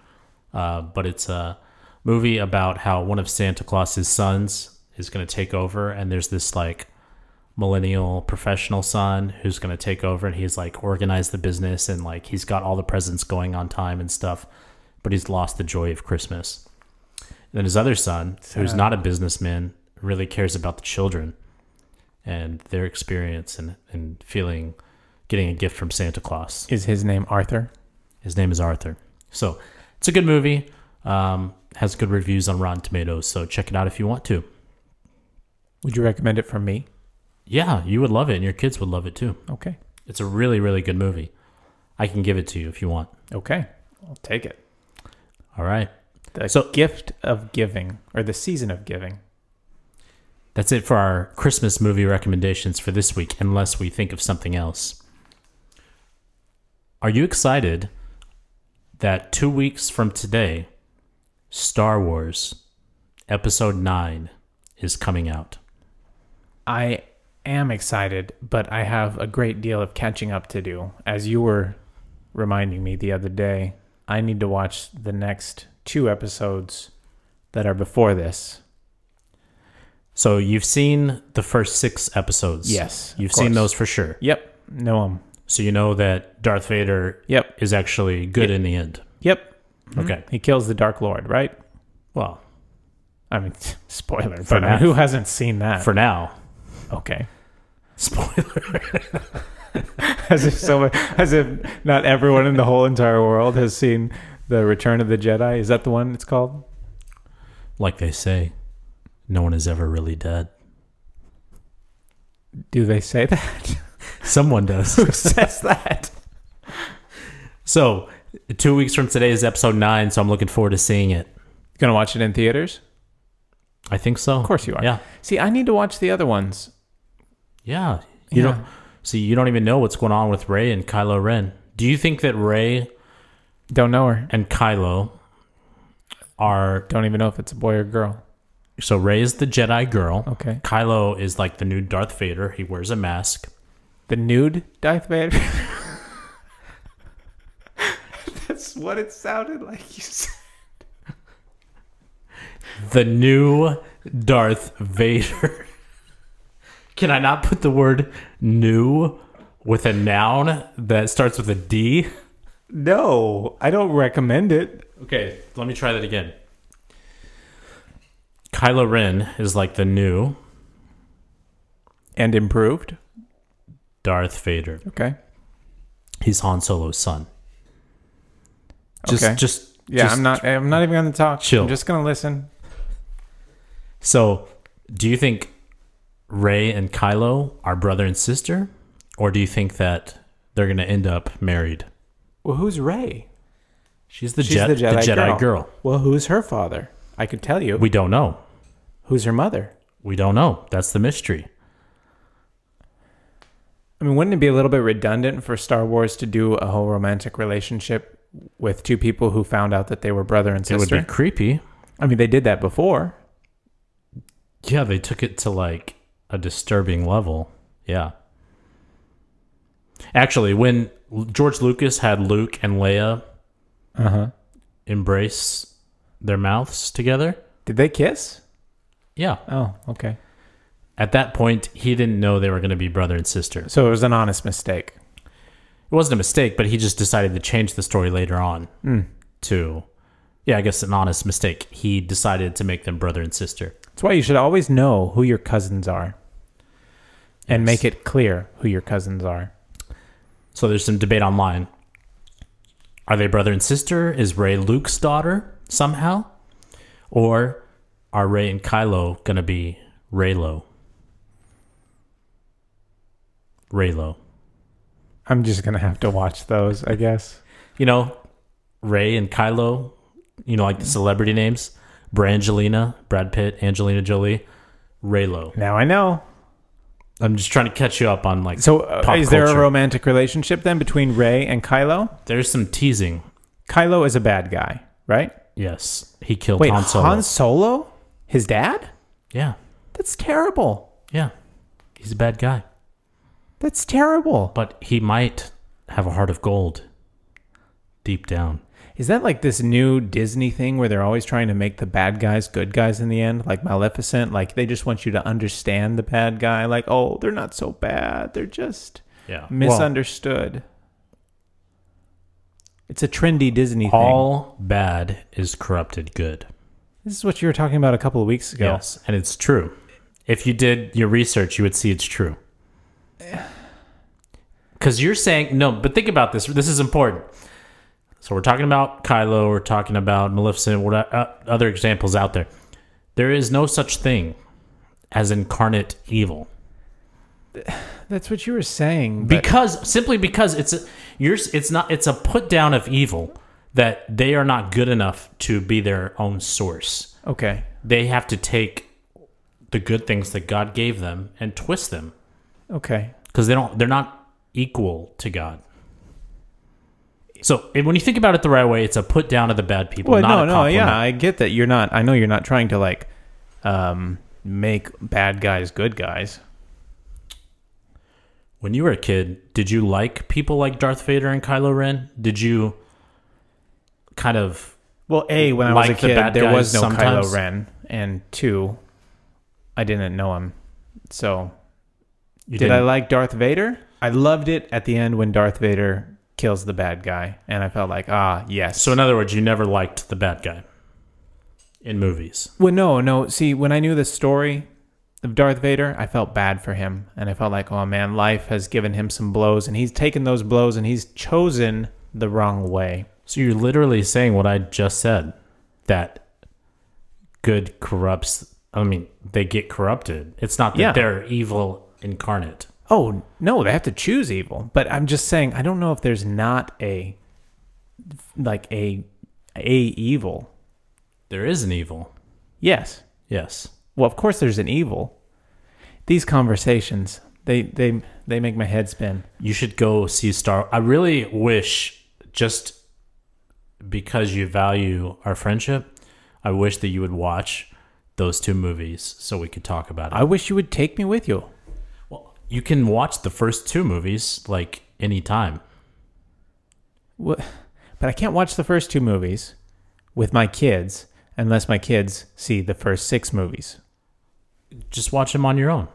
[SPEAKER 1] uh, but it's a movie about how one of Santa Claus's sons is going to take over, and there's this like millennial professional son who's going to take over, and he's like organized the business and like he's got all the presents going on time and stuff, but he's lost the joy of Christmas. And then his other son, who's not a businessman, really cares about the children and their experience and, and feeling getting a gift from Santa Claus.
[SPEAKER 2] Is his name Arthur?
[SPEAKER 1] His name is Arthur. So it's a good movie. Um, has good reviews on Rotten Tomatoes. So check it out if you want to.
[SPEAKER 2] Would you recommend it for me?
[SPEAKER 1] Yeah, you would love it, and your kids would love it too.
[SPEAKER 2] Okay.
[SPEAKER 1] It's a really, really good movie. I can give it to you if you want.
[SPEAKER 2] Okay. I'll take it.
[SPEAKER 1] All right.
[SPEAKER 2] The
[SPEAKER 1] So-
[SPEAKER 2] gift of giving or the season of giving.
[SPEAKER 1] That's it for our Christmas movie recommendations for this week, unless we think of something else. Are you excited that two weeks from today, Star Wars Episode 9 is coming out?
[SPEAKER 2] I am excited, but I have a great deal of catching up to do. As you were reminding me the other day, I need to watch the next two episodes that are before this.
[SPEAKER 1] So you've seen the first six episodes.
[SPEAKER 2] Yes, of
[SPEAKER 1] You've seen
[SPEAKER 2] course.
[SPEAKER 1] those for sure.
[SPEAKER 2] Yep. No, um.
[SPEAKER 1] So you know that Darth Vader
[SPEAKER 2] Yep.
[SPEAKER 1] is actually good in the end.
[SPEAKER 2] Yep. Mm-hmm.
[SPEAKER 1] Okay.
[SPEAKER 2] He kills the Dark Lord, right?
[SPEAKER 1] Well,
[SPEAKER 2] I mean, spoiler,
[SPEAKER 1] For
[SPEAKER 2] but I mean,
[SPEAKER 1] now.
[SPEAKER 2] who hasn't seen that?
[SPEAKER 1] for now,
[SPEAKER 2] okay.
[SPEAKER 1] spoiler.
[SPEAKER 2] as if someone, as if not everyone in the whole entire world has seen the Return of the Jedi. Is that the one it's called?
[SPEAKER 1] Like they say, no one is ever really dead.
[SPEAKER 2] Do they say that?
[SPEAKER 1] Someone does.
[SPEAKER 2] Who says that?
[SPEAKER 1] So, two weeks from today is episode nine, so I'm looking forward to seeing it.
[SPEAKER 2] Gonna watch it in theaters?
[SPEAKER 1] I think so.
[SPEAKER 2] Of course you are.
[SPEAKER 1] Yeah.
[SPEAKER 2] See, I need to watch the other ones.
[SPEAKER 1] Yeah. You
[SPEAKER 2] Yeah.
[SPEAKER 1] don't see you don't even know what's going on with Ray and Kylo Ren. Do you think that Ray
[SPEAKER 2] Don't know her.
[SPEAKER 1] and Kylo are
[SPEAKER 2] Don't even know if it's a boy or girl.
[SPEAKER 1] so Ray is the Jedi girl.
[SPEAKER 2] Okay.
[SPEAKER 1] Kylo is like the new Darth Vader. He wears a mask.
[SPEAKER 2] The nude Darth Vader. That's what it sounded like you said.
[SPEAKER 1] The new Darth Vader. Can I not put the word new with a noun that starts with a D?
[SPEAKER 2] No, I don't recommend it.
[SPEAKER 1] Okay, let me try that again. Kylo Ren is like the new
[SPEAKER 2] And improved.
[SPEAKER 1] Darth Vader.
[SPEAKER 2] Okay.
[SPEAKER 1] He's Han Solo's son. Just,
[SPEAKER 2] Okay.
[SPEAKER 1] just,
[SPEAKER 2] Yeah,
[SPEAKER 1] just-
[SPEAKER 2] I'm not. I'm not even gonna talk.
[SPEAKER 1] Chill.
[SPEAKER 2] I'm just gonna listen.
[SPEAKER 1] So, do you think Ray and Kylo are brother and sister, or do you think that they're going to end up married?
[SPEAKER 2] Well, who's Ray?
[SPEAKER 1] She's the,
[SPEAKER 2] She's
[SPEAKER 1] Je-
[SPEAKER 2] the Jedi,
[SPEAKER 1] Jedi girl.
[SPEAKER 2] Well, who's her father? I could tell you.
[SPEAKER 1] We don't know.
[SPEAKER 2] who's her mother?
[SPEAKER 1] We don't know. That's the mystery.
[SPEAKER 2] I mean, wouldn't it be a little bit redundant for Star Wars to do a whole romantic relationship with two people who found out that they were brother and
[SPEAKER 1] It would
[SPEAKER 2] sister?
[SPEAKER 1] be creepy.
[SPEAKER 2] I mean, they did that before.
[SPEAKER 1] Yeah, they took it to like a disturbing level. Yeah. Actually, when L- George Lucas had Luke and Leia
[SPEAKER 2] Uh huh.
[SPEAKER 1] embrace their mouths together,
[SPEAKER 2] Did they kiss?
[SPEAKER 1] yeah,
[SPEAKER 2] Oh, okay.
[SPEAKER 1] at that point, he didn't know they were going to be brother and sister. It
[SPEAKER 2] So it was an honest mistake.
[SPEAKER 1] wasn't a mistake, but he just decided to change the story later on to yeah, I guess an honest mistake. He decided to make them brother and sister.
[SPEAKER 2] That's why you should always know who your cousins are and
[SPEAKER 1] Yes.
[SPEAKER 2] make it clear who your cousins are.
[SPEAKER 1] So there's some debate online. Are they brother and sister? Is Ray Luke's daughter somehow? Or are Ray and Kylo gonna be Raylo? Raylo.
[SPEAKER 2] I'm just going to have to watch those, I guess.
[SPEAKER 1] You know, Ray and Kylo, you know, like the celebrity names. Brangelina, Brad Pitt, Angelina Jolie, Raylo.
[SPEAKER 2] Now I know.
[SPEAKER 1] I'm just trying to catch you up on like
[SPEAKER 2] So, uh,
[SPEAKER 1] Pop
[SPEAKER 2] is there a
[SPEAKER 1] culture.
[SPEAKER 2] romantic relationship then between Ray and Kylo?
[SPEAKER 1] there's some teasing.
[SPEAKER 2] Kylo is a bad guy, right?
[SPEAKER 1] Yes. He killed
[SPEAKER 2] Wait,
[SPEAKER 1] Han Solo.
[SPEAKER 2] Han Solo? His dad?
[SPEAKER 1] yeah.
[SPEAKER 2] That's terrible.
[SPEAKER 1] Yeah. He's a bad guy.
[SPEAKER 2] That's terrible.
[SPEAKER 1] But he might have a heart of gold deep down.
[SPEAKER 2] Is that like this new Disney thing where they're always trying to make the bad guys good guys in the end? Like Maleficent, like they just want you to understand the bad guy. Like, oh, they're not so bad. They're just
[SPEAKER 1] Yeah.
[SPEAKER 2] misunderstood. it's a trendy Disney thing.
[SPEAKER 1] all bad is corrupted good.
[SPEAKER 2] This is what you were talking about a couple of weeks ago.
[SPEAKER 1] Yes. And it's true. If you did your research, you would see it's true. Because you're saying, no, but think about this. This is important. So we're talking about Kylo, we're talking about Maleficent, what uh, other examples out there. There is no such thing as incarnate evil.
[SPEAKER 2] That's what you were saying. but-
[SPEAKER 1] because simply because it's a, you're it's not it's a put down of evil that they are not good enough to be their own source.
[SPEAKER 2] okay.
[SPEAKER 1] They have to take the good things that God gave them and twist them
[SPEAKER 2] Okay.
[SPEAKER 1] because they don't they're not equal to God. So and when you think about it the right way, it's a put down of the bad people.
[SPEAKER 2] Well,
[SPEAKER 1] not
[SPEAKER 2] no,
[SPEAKER 1] a
[SPEAKER 2] no, yeah,
[SPEAKER 1] compliment.
[SPEAKER 2] I get that you're not. I know you're not trying to like um, make bad guys good guys.
[SPEAKER 1] When you were a kid, did you like people like Darth Vader and Kylo Ren? Did you kind of
[SPEAKER 2] Well, a when I
[SPEAKER 1] Like
[SPEAKER 2] was a
[SPEAKER 1] the
[SPEAKER 2] kid,
[SPEAKER 1] bad
[SPEAKER 2] there
[SPEAKER 1] guys
[SPEAKER 2] was no
[SPEAKER 1] sometimes?
[SPEAKER 2] Kylo Ren, and two, I didn't know him. So
[SPEAKER 1] you
[SPEAKER 2] did I
[SPEAKER 1] didn't-
[SPEAKER 2] like Darth Vader? I loved it at the end when Darth Vader kills the bad guy, and I felt like ah yes.
[SPEAKER 1] So in other words, you never liked the bad guy in movies.
[SPEAKER 2] well, no, no. See, when I knew the story of Darth Vader, I felt bad for him, and I felt like oh man, life has given him some blows, and he's taken those blows, and he's chosen the wrong way.
[SPEAKER 1] So you're literally saying what I just said that good corrupts I mean, they get corrupted. It's not that
[SPEAKER 2] Yeah.
[SPEAKER 1] they're evil incarnate.
[SPEAKER 2] Oh, no, they have to choose evil. But I'm just saying, I don't know if there's not a like a a evil.
[SPEAKER 1] There is an evil.
[SPEAKER 2] Yes.
[SPEAKER 1] Yes.
[SPEAKER 2] Well, of course there's an evil. These conversations, they they they make my head spin.
[SPEAKER 1] You should go see Star I really wish just because you value our friendship, I wish that you would watch those two movies so we could talk about it.
[SPEAKER 2] I wish you would take me with you.
[SPEAKER 1] Well, you can watch the first two movies like any time.
[SPEAKER 2] What? But I can't watch the first two movies with my kids unless my kids see the first 6 movies.
[SPEAKER 1] Just watch them on your own.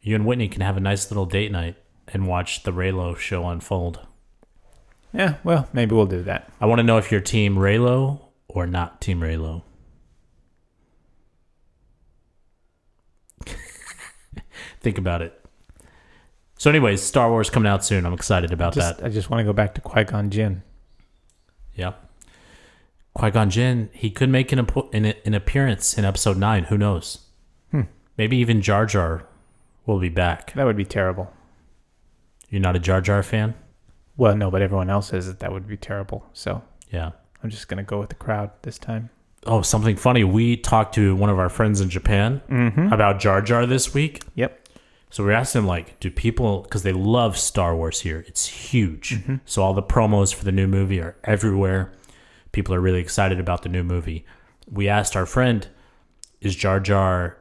[SPEAKER 1] You and Whitney can have a nice little date night and watch the Raylo show unfold.
[SPEAKER 2] Yeah, well, maybe we'll do that.
[SPEAKER 1] I want to know if you're Team Raylo or not Team Raylo. Think about it. So, anyways, Star Wars coming out soon. I'm excited about that.
[SPEAKER 2] Just, I just want to go back to Qui-Gon Jinn.
[SPEAKER 1] Yeah. Qui Gon Jinn, he could make an, appo- an an appearance in episode nine. Who knows? Maybe even Jar Jar will be back.
[SPEAKER 2] That would be terrible.
[SPEAKER 1] You're not a Jar Jar fan?
[SPEAKER 2] Well, no, but everyone else says that that would be terrible. So
[SPEAKER 1] Yeah.
[SPEAKER 2] I'm just gonna go with the crowd this time.
[SPEAKER 1] Oh, something funny. We talked to one of our friends in Japan
[SPEAKER 2] Mm-hmm.
[SPEAKER 1] about Jar Jar this week.
[SPEAKER 2] Yep.
[SPEAKER 1] So we asked him, like, do people, because they love Star Wars here, it's huge.
[SPEAKER 2] Mm-hmm.
[SPEAKER 1] So all the promos for the new movie are everywhere. People are really excited about the new movie. We asked our friend, is Jar Jar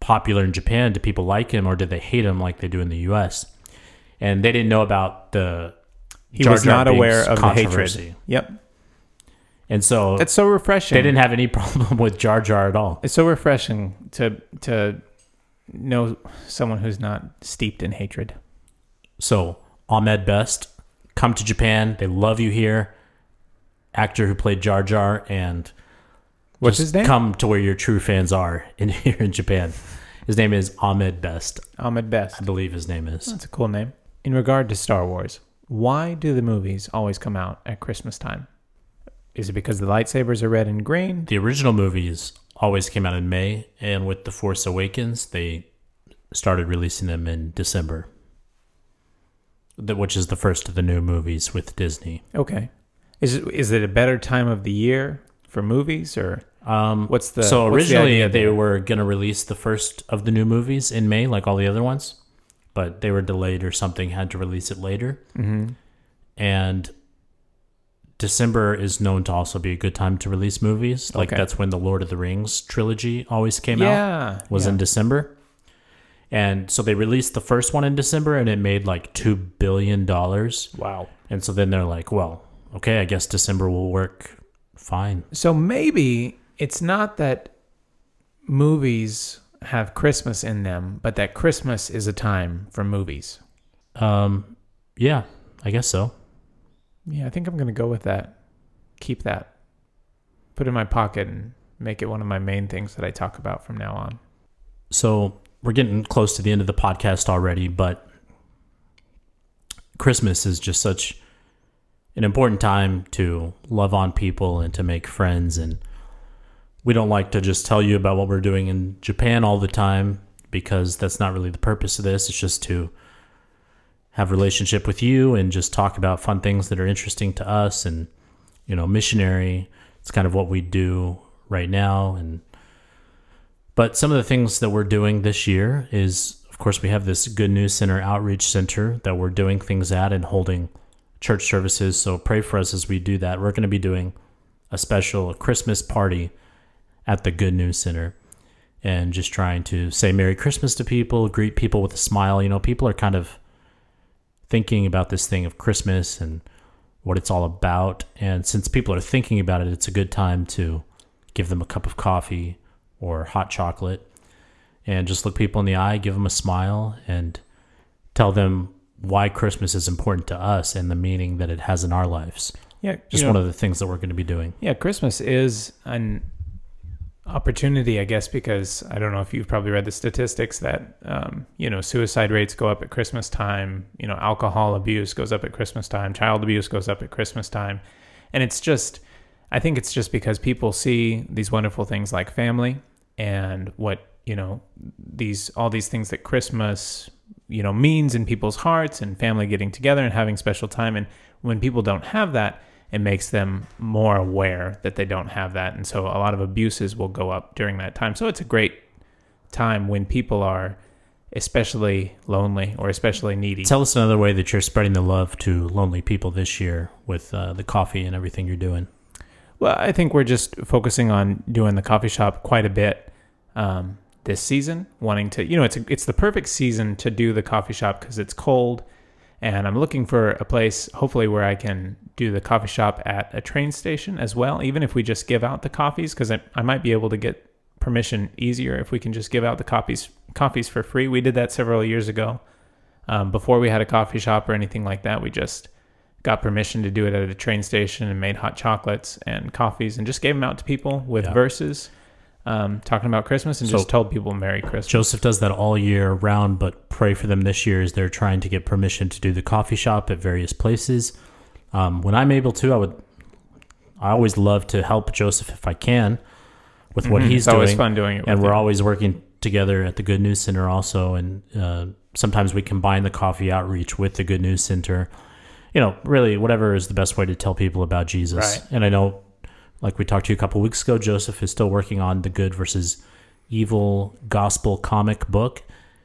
[SPEAKER 1] popular in Japan? Do people like him or do they hate him like they do in the US? And they didn't know about the.
[SPEAKER 2] He
[SPEAKER 1] Jar
[SPEAKER 2] was
[SPEAKER 1] Jar
[SPEAKER 2] not
[SPEAKER 1] Binks
[SPEAKER 2] aware of the hatred.
[SPEAKER 1] controversy.
[SPEAKER 2] Yep.
[SPEAKER 1] And so
[SPEAKER 2] That's so refreshing.
[SPEAKER 1] they didn't have any problem with Jar Jar at all.
[SPEAKER 2] It's so refreshing to to know someone who's not steeped in hatred.
[SPEAKER 1] So Ahmed Best, come to Japan. They love you here. actor who played Jar Jar and
[SPEAKER 2] What's
[SPEAKER 1] just
[SPEAKER 2] his name?
[SPEAKER 1] come to where your true fans are in here in Japan. His name is Ahmed Best,
[SPEAKER 2] Ahmed Best.
[SPEAKER 1] I believe his name is.
[SPEAKER 2] That's a cool name. In regard to Star Wars, why do the movies always come out at Christmas time? Is it because the lightsabers are red and green?
[SPEAKER 1] The original movies always came out in May, and with The Force Awakens, they started releasing them in December, Th- which is the first of the new movies with Disney.
[SPEAKER 2] Okay. Is it, is it a better time of the year for movies or
[SPEAKER 1] Um,
[SPEAKER 2] what's the
[SPEAKER 1] so
[SPEAKER 2] what's the
[SPEAKER 1] originally,
[SPEAKER 2] idea
[SPEAKER 1] they
[SPEAKER 2] there?
[SPEAKER 1] were going to release the first of the new movies in May, like all the other ones, but they were delayed or something, had to release it later.
[SPEAKER 2] Mhm.
[SPEAKER 1] And December is known to also be a good time to release movies. Like
[SPEAKER 2] Okay.
[SPEAKER 1] that's when the Lord of the Rings trilogy always came out.
[SPEAKER 2] yeah
[SPEAKER 1] was
[SPEAKER 2] yeah.
[SPEAKER 1] in December. And so they released the first one in December and it made like $2 billion.
[SPEAKER 2] wow.
[SPEAKER 1] And so then they're like, well, okay, I guess December will work fine.
[SPEAKER 2] So maybe it's not that movies have Christmas in them, but that Christmas is a time for movies.
[SPEAKER 1] Um, yeah, I guess so.
[SPEAKER 2] Yeah, I think I'm going to go with that. Keep that. Put it in my pocket and make it one of my main things that I talk about from now on.
[SPEAKER 1] So we're getting close to the end of the podcast already, but Christmas is just such an important time to love on people and to make friends. And we don't like to just tell you about what we're doing in Japan all the time because that's not really the purpose of this. It's just to have a relationship with you and just talk about fun things that are interesting to us and you know missionary it's kind of what we do right now and but some of the things that we're doing this year is, of course, we have this Good News Center Outreach Center that we're doing things at and holding church services. So pray for us as we do that. We're going to be doing a special Christmas party at the Good News Center and just trying to say Merry Christmas to people, greet people with a smile. You know, people are kind of thinking about this thing of Christmas and what it's all about. And since people are thinking about it, it's a good time to give them a cup of coffee or hot chocolate and just look people in the eye, give them a smile, and tell them why Christmas is important to us and the meaning that it has in our lives.
[SPEAKER 2] Yeah,
[SPEAKER 1] Just one of the things that we're going to be doing.
[SPEAKER 2] Yeah, Christmas is an opportunity, I guess, because I don't know if you've probably read the statistics that um, you know suicide rates go up at Christmas time. You know, alcohol abuse goes up at Christmas time. Child abuse goes up at Christmas time, and it's just, I think it's just because people see these wonderful things like family and what you know these all these things that Christmas you know means in people's hearts and family getting together and having special time and when people don't have that it makes them more aware that they don't have that and so a lot of abuses will go up during that time so it's a great time when people are especially lonely or especially needy
[SPEAKER 1] Tell us another way that you're spreading the love to lonely people this year with uh, the coffee and everything you're doing.
[SPEAKER 2] Well, I think we're just focusing on doing the coffee shop quite a bit um, this season. Wanting to, you know, it's a, it's the perfect season to do the coffee shop because it's cold, and I'm looking for a place, hopefully, where I can do the coffee shop at a train station as well. Even if we just give out the coffees, because I, I might be able to get permission easier if we can just give out the copies coffees for free. We did that several years ago. Um, before we had a coffee shop or anything like that, we just got permission to do it at a train station and made hot chocolates and coffees and just gave them out to people with
[SPEAKER 1] Yeah.
[SPEAKER 2] verses um, talking about Christmas and
[SPEAKER 1] So-
[SPEAKER 2] just told people Merry Christmas.
[SPEAKER 1] Joseph does that all year round, but pray for them this year as they're trying to get permission to do the coffee shop at various places. Um, when I'm able to, I would. I always love to help Joseph if I can with what
[SPEAKER 2] Mhm.
[SPEAKER 1] he's
[SPEAKER 2] it's
[SPEAKER 1] doing.
[SPEAKER 2] always fun doing it.
[SPEAKER 1] and
[SPEAKER 2] with
[SPEAKER 1] we're
[SPEAKER 2] you.
[SPEAKER 1] always working together at the Good News Center also, and uh, sometimes we combine the coffee outreach with the Good News Center. You know, really, whatever is the best way to tell people about Jesus.
[SPEAKER 2] Right.
[SPEAKER 1] And I know, like we talked to you a couple weeks ago, Joseph is still working on the Good versus Evil Gospel comic book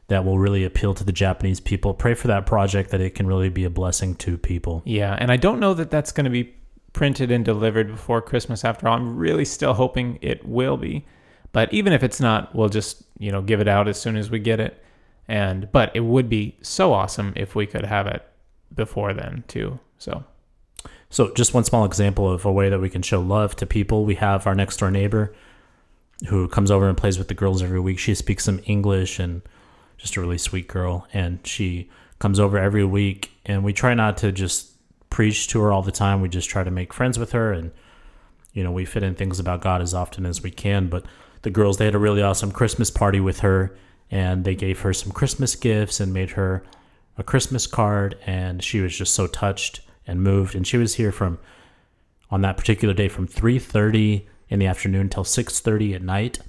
[SPEAKER 1] that will really appeal to the Japanese people. Pray for that project that it can really be a blessing to people.
[SPEAKER 2] Yeah, and I don't know that that's going to be printed and delivered before Christmas after all. I'm really still hoping it will be. But even if it's not, we'll just, you know, give it out as soon as we get it. And but it would be so awesome if we could have it before then too. So,
[SPEAKER 1] So, just one small example of a way that we can show love to people. We have our next door neighbor who comes over and plays with the girls every week. She speaks some English and just a really sweet girl. And she comes over every week, and we try not to just preach to her all the time. We just try to make friends with her and you know, we fit in things about God as often as we can. But the girls, they had a really awesome Christmas party with her and they gave her some Christmas gifts and made her a Christmas card. And she was just so touched and moved. And she was here from on that particular day from 3.30 in the afternoon till 6.30 at night.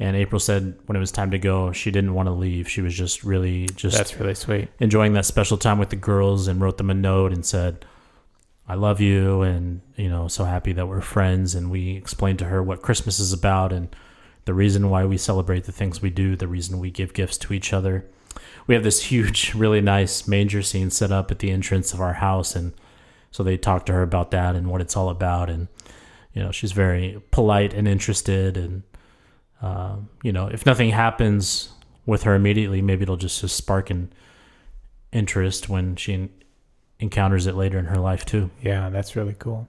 [SPEAKER 1] And April said when it was time to go, she didn't want to leave. She was just really just
[SPEAKER 2] That's really sweet.
[SPEAKER 1] enjoying that special time with the girls and wrote them a note and said, I love you and, you know, so happy that we're friends. And we explained to her what Christmas is about and the reason why we celebrate the things we do, the reason we give gifts to each other. We have this huge, really nice manger scene set up at the entrance of our house. And so they talked to her about that and what it's all about. And, you know, she's very polite and interested. And, uh, you know, if nothing happens with her immediately, maybe it'll just, just spark an interest when she en- encounters it later in her life too.
[SPEAKER 2] Yeah, that's really cool.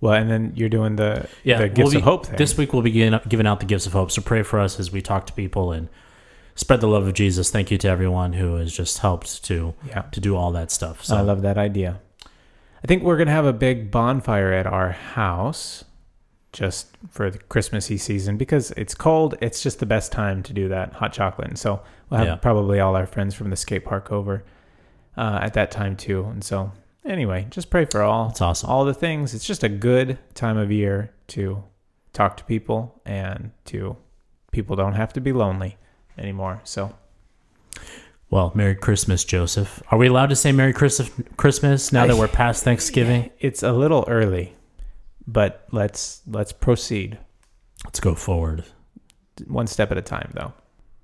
[SPEAKER 2] Well, and then you're doing the
[SPEAKER 1] Yeah,
[SPEAKER 2] the
[SPEAKER 1] we'll
[SPEAKER 2] gifts
[SPEAKER 1] be-
[SPEAKER 2] of hope thing.
[SPEAKER 1] This week we'll begin giving out the gifts of hope. So pray for us as we talk to people and spread the love of Jesus. Thank you to everyone who has just helped to
[SPEAKER 2] yeah,
[SPEAKER 1] to do all that stuff. So
[SPEAKER 2] I love that idea. I think we're gonna have a big bonfire at our house just for the Christmassy season because it's cold. It's just the best time to do that hot chocolate. And so we'll have
[SPEAKER 1] Yeah.
[SPEAKER 2] probably all our friends from the skate park over uh, at that time too. And so anyway, just pray for all
[SPEAKER 1] that's awesome.
[SPEAKER 2] all the things. It's just a good time of year to talk to people and to people don't have to be lonely anymore. So
[SPEAKER 1] Well, Merry Christmas, Joseph. Are we allowed to say Merry Christmas Christmas now that
[SPEAKER 2] I-
[SPEAKER 1] we're past Thanksgiving?
[SPEAKER 2] it's a little early, but let's let's proceed
[SPEAKER 1] Let's go forward.
[SPEAKER 2] one step at a time though.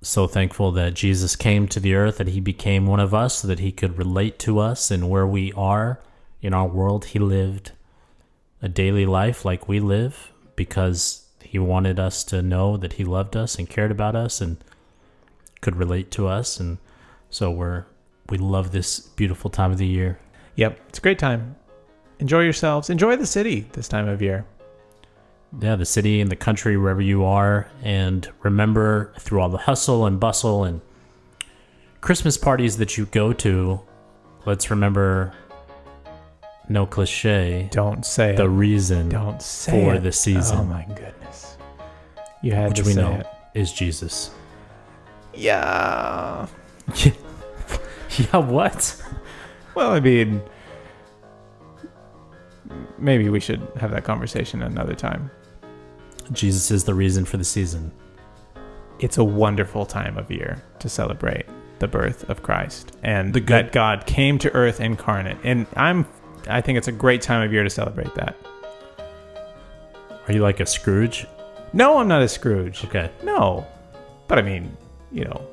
[SPEAKER 1] so thankful that Jesus came to the earth, that he became one of us, so that he could relate to us and where we are in our world. He lived a daily life like we live because he wanted us to know that he loved us and cared about us and could relate to us. And so we're, we love this beautiful time of the year.
[SPEAKER 2] Yep, it's a great time. Enjoy yourselves. Enjoy the city this time of year.
[SPEAKER 1] yeah, the city and the country, wherever you are. And remember, through all the hustle and bustle and Christmas parties that you go to, let's remember no cliche,
[SPEAKER 2] Don't say
[SPEAKER 1] the
[SPEAKER 2] it.
[SPEAKER 1] reason
[SPEAKER 2] Don't say
[SPEAKER 1] for
[SPEAKER 2] it.
[SPEAKER 1] the season.
[SPEAKER 2] Oh my goodness. You had
[SPEAKER 1] Which
[SPEAKER 2] to
[SPEAKER 1] we
[SPEAKER 2] say
[SPEAKER 1] know.
[SPEAKER 2] it.
[SPEAKER 1] is Jesus.
[SPEAKER 2] Yeah.
[SPEAKER 1] Yeah, what?
[SPEAKER 2] Well, I mean, maybe we should have that conversation another time.
[SPEAKER 1] Jesus is the reason for the season.
[SPEAKER 2] It's a wonderful time of year to celebrate the birth of Christ and
[SPEAKER 1] The good-
[SPEAKER 2] that God came to earth incarnate. And I'm, I think it's a great time of year to celebrate that.
[SPEAKER 1] Are you like a Scrooge?
[SPEAKER 2] No, I'm not a Scrooge.
[SPEAKER 1] Okay.
[SPEAKER 2] No, but I mean, you know,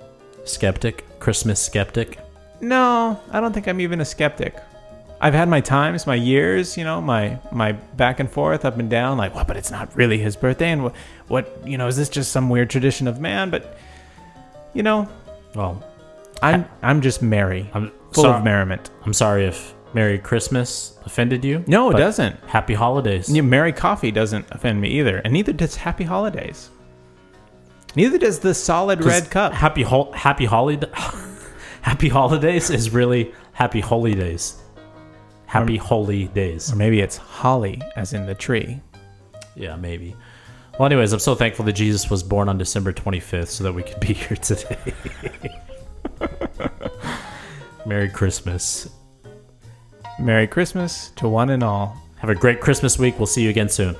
[SPEAKER 1] Skeptic? Christmas skeptic?
[SPEAKER 2] no, I don't think I'm even a skeptic. I've had my times, my years, you know, my my back and forth, up and down. Like, what? But it's not really his birthday, and what? What? You know, is this just some weird tradition of man? But, you know,
[SPEAKER 1] Well,
[SPEAKER 2] I'm I'm just merry,
[SPEAKER 1] I'm,
[SPEAKER 2] full
[SPEAKER 1] so,
[SPEAKER 2] of merriment.
[SPEAKER 1] I'm sorry if Merry Christmas offended you.
[SPEAKER 2] No, it
[SPEAKER 1] but
[SPEAKER 2] doesn't.
[SPEAKER 1] Happy holidays.
[SPEAKER 2] Yeah, merry coffee doesn't offend me either, and neither does happy holidays. Neither does the solid
[SPEAKER 1] 'Cause
[SPEAKER 2] red cup.
[SPEAKER 1] Happy hol- happy holiday. happy holidays is really happy holy days. Happy holy days.
[SPEAKER 2] Or maybe it's holly, as in the tree.
[SPEAKER 1] Yeah, maybe. Well, anyways, I'm so thankful that Jesus was born on December 25th so that we could be here today. Merry Christmas.
[SPEAKER 2] Merry Christmas to one and all.
[SPEAKER 1] Have a great Christmas week. We'll see you again soon.